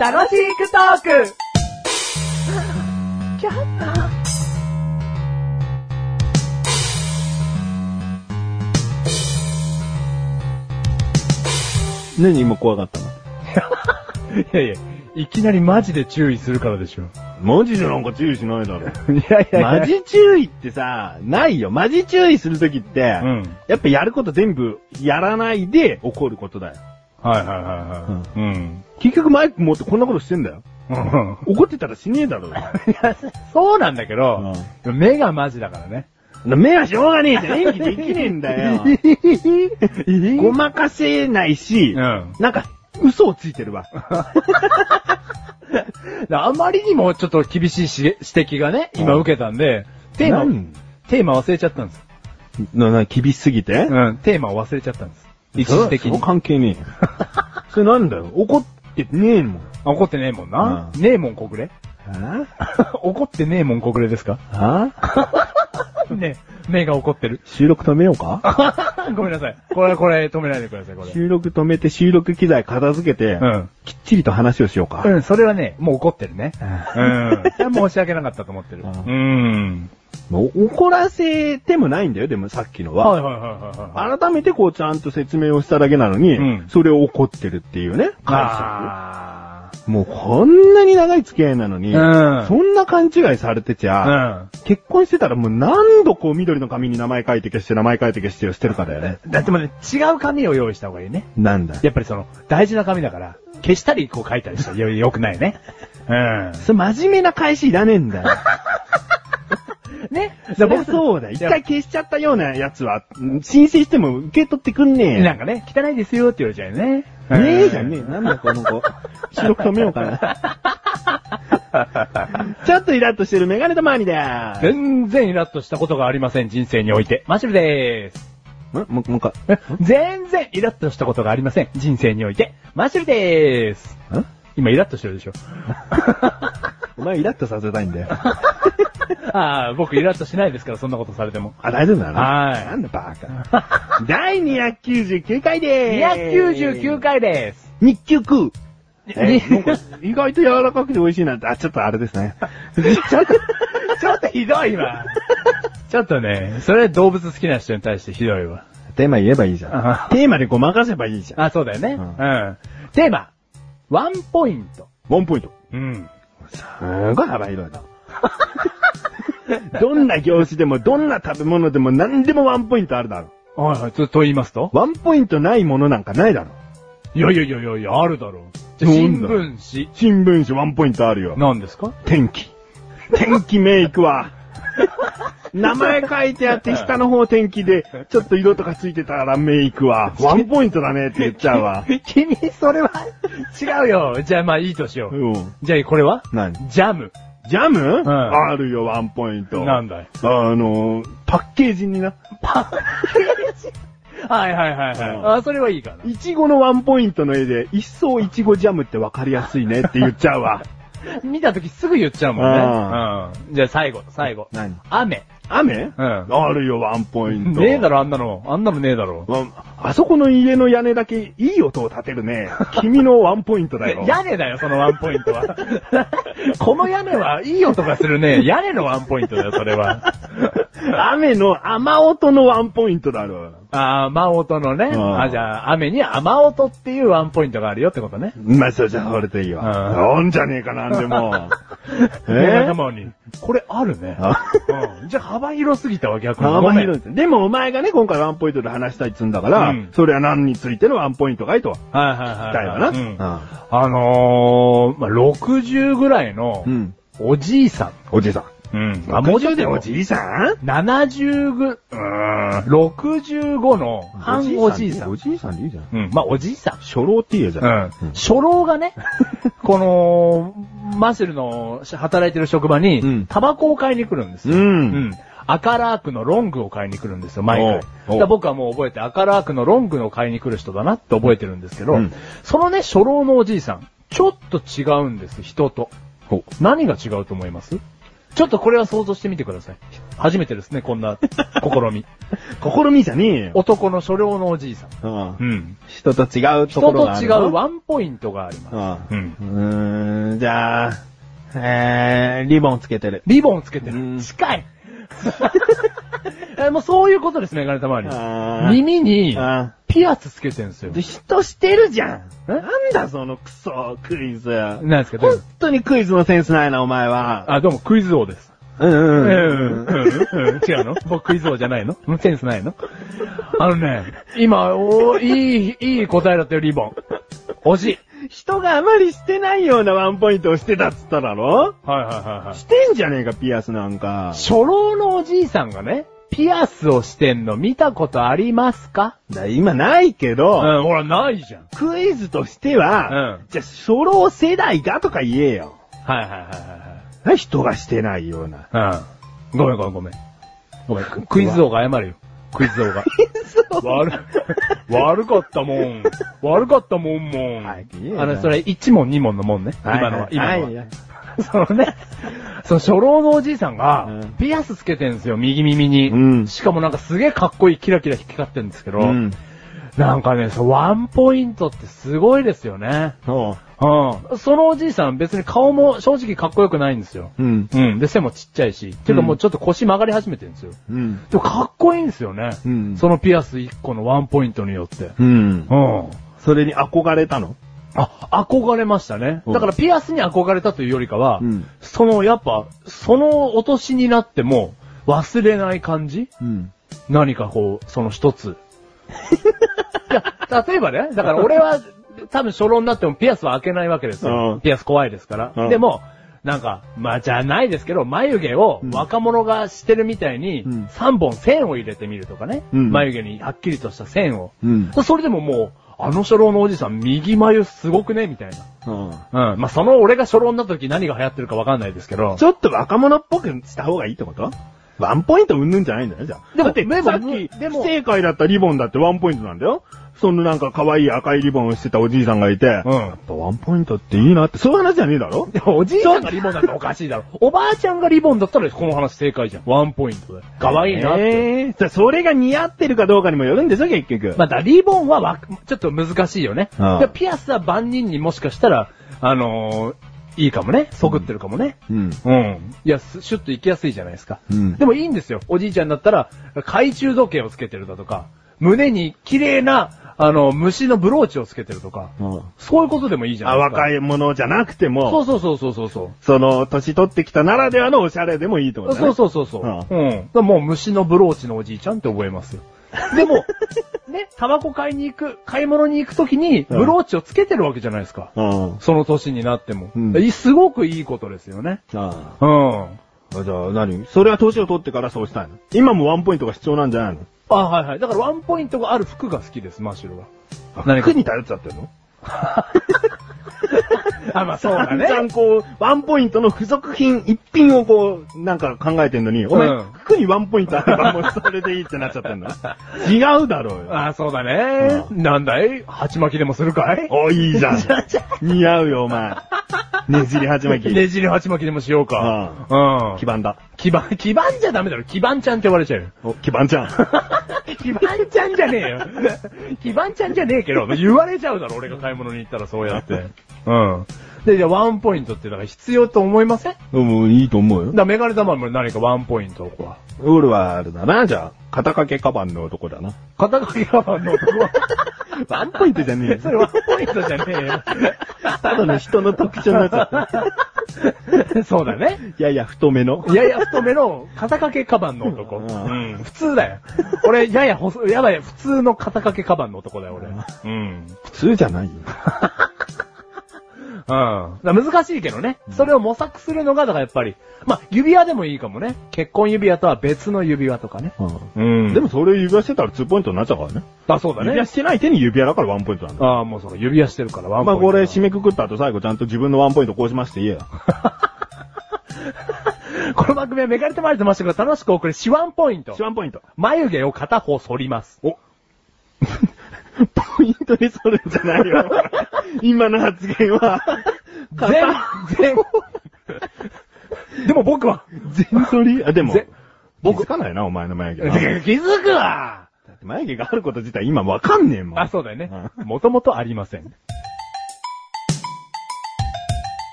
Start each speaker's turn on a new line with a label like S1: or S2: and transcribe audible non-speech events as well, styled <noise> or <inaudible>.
S1: 楽しくトーク
S2: 何今怖かったの
S3: <laughs> いやいや、いきなりマジで注意するからでしょ。
S2: マジでなんか注意しないだろ。
S3: <laughs> いやい
S2: マジ注意ってさ、ないよ。マジ注意するときって、
S3: うん。
S2: やっぱやること全部やらないで怒ることだよ。
S3: はいはいはいはい。うん。
S2: 結局マイク持ってこんなことしてんだよ。
S3: うん、
S2: 怒ってたらしねえだろ。
S3: <laughs> そうなんだけど、目がマジだからね。
S2: 目はしょうがねえじゃん。演技できねえんだよ。
S3: <laughs>
S2: ごまかせないし、
S3: うん
S2: なんか嘘をついてるわ。
S3: あまりにもちょっと厳しいし指摘がね、今受けたんで、テーマ
S2: 何、
S3: テーマ忘れちゃったんです。
S2: な、な、厳しすぎて、
S3: うん、テーマを忘れちゃったんです。一時的
S2: そ
S3: に
S2: う。関係ねえよ。 <laughs> それなんだよ。怒ってねえもん。
S3: あ怒ってねえもんな。
S2: う
S3: ねえもん国連
S2: あ
S3: <laughs> 怒ってねえもん国連ですか
S2: あ。
S3: <laughs> ねえ、目が怒ってる <laughs>
S2: 収録止めようか
S3: ごめんなさい。これ、これ、止めないでください、これ。
S2: 収録止めて収録機材片付けて、
S3: うん。
S2: きっちりと話をしようか。
S3: うん、それはね、もう怒ってるね。
S2: あ
S3: うん。それは申し訳なかったと思ってる。
S2: ああ
S3: ん。
S2: もう怒らせてもないんだよ、でもさっきのは。
S3: はいはいはいはいはい。
S2: 改めてこうちゃんと説明をしただけなのに、
S3: うん
S2: それを怒ってるっていうね、解
S3: あ
S2: 釈。もうこんなに長い付き合いなのに、
S3: うん
S2: そんな勘違いされてちゃ、
S3: あ。
S2: 結婚してたらもう何度こう緑の紙に名前書いて消して名前書いて消してをしてるかだよね。
S3: うん。だってもうね、違う紙を用意した方がいいね。
S2: なんだ。
S3: やっぱりその、大事な紙だから、消したりこう書いたりしたらよ、よくないね。うん。
S2: それ真面目な返しいらねえんだ <laughs> よ。
S3: ね。
S2: そりゃそうだ。一回消しちゃったようなやつは、うん申請しても受け取ってくんねえよ。
S3: なんかね、汚いですよって言われちゃうよね。
S2: ねえじゃ <laughs> ねえ。なんだこの子。収録止めようか <laughs> な。ちょっとイラッとしてるメガネとマーニだー
S3: 全然イラッとしたことがありません、人生において。マシュルでーす。
S2: んも、もう一回。
S3: <laughs> 全然イラッとしたことがありません、人生において。マシュルでーす。
S2: ん
S3: 今イラッとしてるでしょ。
S2: お前イラッとさせたいんだよ。
S3: <laughs> ああ、僕イラッとしないですから、そんなことされても。
S2: あ、大丈夫だな。
S3: はい
S2: なんだバカ。第299回でーす。
S3: 299。回です。
S2: 日曲。え
S3: に
S2: なんか意外と柔らかくて美味しいなって、あ、ちょっとあれですね。 <laughs> ちょっと、
S3: ちょっとひどい <laughs> わ。ちょっとね、それ動物好きな人に対してひどいわ。
S2: テーマ言えばいいじゃ
S3: あ
S2: ん。テーマでごまかせばいいじゃん。
S3: あ、そうだよね。うんん。テーマ、ワンポイント。
S2: ワンポイント。
S3: うん。
S2: すごい幅広いな。 <laughs> どんな業種でも、どんな食べ物でも何でもワンポイントあるだろ。
S3: はいはい、と、と言いますと
S2: ワンポイントないものなんかないだろ。
S3: いやいやいやいやいや、あるだろう。じゃ、
S2: なん
S3: 新
S2: だ
S3: 聞
S2: 新聞紙ワンポイントあるよ
S3: 紙。。何ですか
S2: 天気。天気メイクは。名前書いてあって、下の方天気で、ちょっと色とかついてたらメイクは、ワンポイントだねって言っちゃうわ。
S3: 君、それは、違うよ。じゃあ、まあいいとしよう。
S2: うん。
S3: じゃあ、これは
S2: 何
S3: ジャム。
S2: ジャム、
S3: ん
S2: あるよ、ワンポイント。
S3: なんだい
S2: あの、パッケージにな。
S3: はいはいはい
S2: うん
S3: はい。あ、それはいいかな。
S2: いちごのワンポイントの絵で、一層いちごジャムってわかりやすいねって言っちゃうわ。
S3: 見たときすぐ言っちゃうもんね。うん。じゃあ、最後、最後。
S2: <laughs> 何
S3: 雨。
S2: 雨、
S3: うん
S2: あるよ、ワンポイント。
S3: ねえだろ、あんなの。あんなのねえだろ。
S2: うん。あそこの家の屋根だけいい音を立てるね。君のワンポイントだ <laughs> よ。
S3: 屋根だよ、そのワンポイントは。 <laughs> この屋根はいい音がするね。屋根のワンポイントだよ、それは。
S2: 雨の雨音のワンポイントだろ。
S3: あー、雨音のね。
S2: ん
S3: あ、じゃあ、雨に雨音っていうワンポイントがあるよってことね。
S2: まあ、そうじゃ、それでいいわ。
S3: う
S2: おんじゃねえかなんで <laughs> も。え
S3: え
S2: ー
S3: 仲間に。これあるね。
S2: あ
S3: うん。じゃあ、幅広すぎたわ、逆に。
S2: 幅広い
S3: い。
S2: ですでもお前がね、今回ワンポイントで話したいっつうんだから、
S3: うん
S2: それは何についてのワンポイントかいとは。
S3: はいはいはい。
S2: だよな。
S3: うんあのー、まあ、60ぐらいの
S2: う、ん。
S3: おじいさ
S2: おじいさん。
S3: ん。うん
S2: あ、
S3: あ、
S2: も
S3: も
S2: う
S3: う
S2: ち
S3: ち
S2: ょ
S3: ょ
S2: っ
S3: っ
S2: と
S3: と
S2: おじいさん
S3: 70ぐ、うーん、65の半おじいさん。
S2: おじいさんでいいじゃん。
S3: うん、まあ、おじいさん。
S2: 初老って言えじゃん。
S3: うん。初老が <laughs> ね、この、マシュルの働いてる職場
S2: う
S3: に
S2: ん、
S3: タバコを買いに来るんですよ。
S2: うん
S3: うん。赤ラークのロングを買いに来るんですよ、毎
S2: おうお
S3: 回。
S2: う
S3: だから僕はもう覚えて、赤ラークのロングを買いに来る人だなって覚えてるんですけど、
S2: うん
S3: そのね、初老のおじいさん、ちょっと違うんです、人と。
S2: ほ
S3: 何が違うと思いますちょっとこれは想像してみてください。初めてですね、こんな試み。
S2: 試みじゃねえよ。
S3: 男の所領のおじいさ
S1: う
S3: ん。
S1: ん
S3: うん。
S1: 人と違うとこ
S3: 人
S1: ろ
S3: と
S1: があ
S3: 違
S1: る
S3: う
S1: の。
S3: ワンポイントがあります。う
S1: うんう
S3: ん。
S1: ーん、じゃあ、えー、リボンつけてる。
S3: リボンつけて
S1: う
S3: る。
S1: ん
S3: 近い <laughs> えもうそういうことですね、ガネタ周り。
S1: あー
S3: 耳に
S1: あ
S3: ピアスつけてるんですよ
S1: ー。で、人してるじゃん
S3: え
S1: なんだそのクソクイズ。
S3: なんですかどういう
S1: 本当にクイズのセンスないな、お前は。
S3: あ、どうも、クイズ王です。
S1: うん
S3: う、
S1: うんん
S3: うん、うん。違うの僕クイズ王じゃないのセンスないのあのね、今、おいい、いい答えだったよ、リボン。惜しい。
S2: 人があまりしてないようなワンポイントをしてたっつっただろ
S3: はいはいはいはい。
S2: してんじゃねえか、ピアスなんか。
S3: 初老のおじいさんがね、ピアスをしてんの見たことありますか
S2: だ今ないけ
S3: う
S2: ど、
S3: ん、ほら、ないじゃん。
S2: クイズとして
S3: うん。
S2: は、
S3: はい
S2: じゃあ、初老世代がとか言えよ。
S3: はいはい
S2: な人がしてないような。
S3: はいはい。うん。ごめんごめんごめん。ごめん、ククイズ王が謝るよ。クイズ王が。悪、悪かったもん。悪かったもんもん。
S1: はいいいよ
S3: あの、それ1問2問のもんね。
S1: はい
S3: 今のは、今のは。 <laughs>
S1: いはい
S3: そのね、その初老のおじいさんが
S1: うん、
S3: ピアスつけてんですよ、右耳に。
S1: うん
S3: しかもなんかすげえかっこいい、キラキラ光ってるんですけど、
S1: うん。
S3: なんかね、そうワンポイントってすごいですよね。
S1: そ
S3: うん。そのおじいさん別に顔も正直かっこよくないんですよ。
S1: う。うん。
S3: うん。で、背もちっちゃいし、ていうかもうちょっと腰曲がり始めてるんですよ。
S1: うん。
S3: でもかっこいいんですよね。
S1: うん
S3: そのピアス1個のワンポイントによって。
S1: うん。
S3: うん。
S2: それに憧れたの
S3: あ、憧れましたね。
S1: うん
S3: だからピアスに憧れたというよりかは、
S1: うん
S3: その、やっぱ、そのお年になっても、忘れない感じ
S1: うん。
S3: 何かこう、その一
S1: <laughs>
S3: つ。いや、例えばね、だから俺は、多分初老になってもピアスは開けないわけですよ。
S1: うん
S3: ピアス怖いですから。
S1: うん
S3: でも、なんか、まあじゃないですけど、眉毛を若者がしてるみたいに
S1: うん、
S3: 3本線を入れてみるとかね。
S1: うん
S3: 眉毛にはっきりとした線を。
S1: うん。
S3: それでももう、あの初老のおじさん、右眉すごくねみたいな。
S1: うん。
S3: うん。まあ、その俺が初老になった時何が流行ってるかわかんないですけど。
S2: ちょっと若者っぽくした方がいいってことワンポイントうんぬんじゃないんだよ、じゃあ。
S3: でも
S2: だって、
S3: でも
S2: さっき、
S3: で
S2: で
S3: も
S2: も、不正解だったリボンだってワンポイントなんだよ。そのなんか可愛い赤いリボンをしてたおじいさんがいて、やっ
S3: うん。
S2: ぱワンポイントっていいなって、そういう話じゃねえだろ
S3: でもおじいさんがリボンだったらおかしいだ <laughs> ろ。おばあちゃんがリボンだったらこの話正解じゃん。ワンポイン <laughs> トで。かわいいなって。
S2: えーじゃあそれが似合ってるかどうかにもよるんでしょ、結局。
S3: まあだからリボンはわ、ちょっと難しいよね。
S1: うん
S3: でピアスは万人にもしかしたら、あのーいいかもね。そぐってるかもね。
S1: うん。
S3: うん。いや、すシュッと行きやすいじゃないですか。
S1: うん
S3: でもいいんですよ。おじいちゃんだったら、懐中時計をつけてるだとか、胸に綺麗な、あの、虫のブローチをつけてるとか、そういうことでもいいじゃな
S2: あ
S3: いですか。
S2: 若いものじゃなくても、
S3: そうそうそうそうそうそう。
S2: その、年取ってきたならではのおしゃれでもいいってことだね。
S3: そうそうそうそう。うん。だからもう虫のブローチのおじいちゃんって覚えますよ。でも、ね、タバコ買いに行く、買い物に行くときに、ブローチをつけてるわけじゃないですか。
S1: うん。
S3: その年になっても。
S1: うん
S3: いすごくいいことですよね。
S1: あ
S3: うん。
S2: あじゃあ何それは年を取ってからそうしたいの今もワンポイントが必要なんじゃないの
S3: あ、はいはい。だからワンポイントがある服が好きです、マッシュルは。何か
S2: 服に頼っちゃってるの
S3: あ、まあそうだ
S2: じゃ
S3: ね。
S2: んこう、ワンポイントの付属品、一品をこう、なんか考えてんのに、お前、
S3: うん
S2: 服にワンポイントあればもうそれでいいってなっちゃってん
S3: <laughs>
S2: の違うだろうよ。
S3: あ、そうだね。なんだい鉢巻きでもするかい
S2: お、いいじゃん。 <laughs> 似合うよ、お前。ねじり始めき。
S3: ねじり鉢巻きでもしようか。うん。
S2: 基盤だ。
S3: 基盤、基盤じゃダメだろ。基盤ちゃんって呼ばれちゃうよ。
S2: お、基盤ち <laughs> ゃん。
S3: <laughs> 基盤ちゃんじゃねえよ。基盤ちゃんじゃねえけど、言われちゃうだろ、俺が買い物に行ったらそうやって。うん。で、じゃあワンポイントってだから必要と思いませんだか
S1: うん、いいと思うよ。
S3: らメガネ玉も何かワンポイントをこう。
S1: ウールはあれだな、じゃあ。肩掛けカバンの男だな。
S3: 肩掛けカバ <laughs> ンの男は、
S2: ワンポイントじゃねえ
S3: そ
S2: よ。
S3: れワンポイントじゃねえよ。
S2: ただの人の特徴になっちゃった。
S3: <laughs> そうだね。
S2: い <laughs> やいや、太めの。
S3: やや太めの肩掛けカバンの男。うん、普通だよ。俺、やや細、やばい、普通の肩掛けカバンの男だよ、俺。うん。
S1: 普通じゃ
S2: <laughs>
S1: ないよ。
S3: うん。だから難しいけどね。それを模索するのが、だからやっぱり、まあ、指輪でもいいかもね。結婚指輪とは別の指輪とかね。うん
S2: でもそれ指輪してたら2ポイントになっちゃうからね。
S3: あ、そうだ
S2: 指
S3: ね
S2: 輪。してない手に指輪だからワンポイントなんだ。
S3: ああ、もうそうか、指輪してるからワンポ
S2: ま
S3: イ
S2: あ
S3: ント。
S2: これ締めくくった後最後ちゃんと自分のワンポイントこうしまして言えよ。
S3: この番組はメガネとマリとましたから楽しくお送り、シワンポイント
S2: 1。ワンポイント。
S3: 眉毛を片方剃ります。
S2: <laughs> ポイントにそるんじゃない <laughs> よ。今の発言は。
S3: 全、全、でも僕は、
S2: 全取りあ、でも
S3: ぜ、
S2: 僕つかないな、お前の眉
S3: <laughs> 気
S2: 毛な。だ
S3: づくわ
S2: って眉毛があること自体今わかんねえもん。
S3: あ、そうだよね。もともとありません。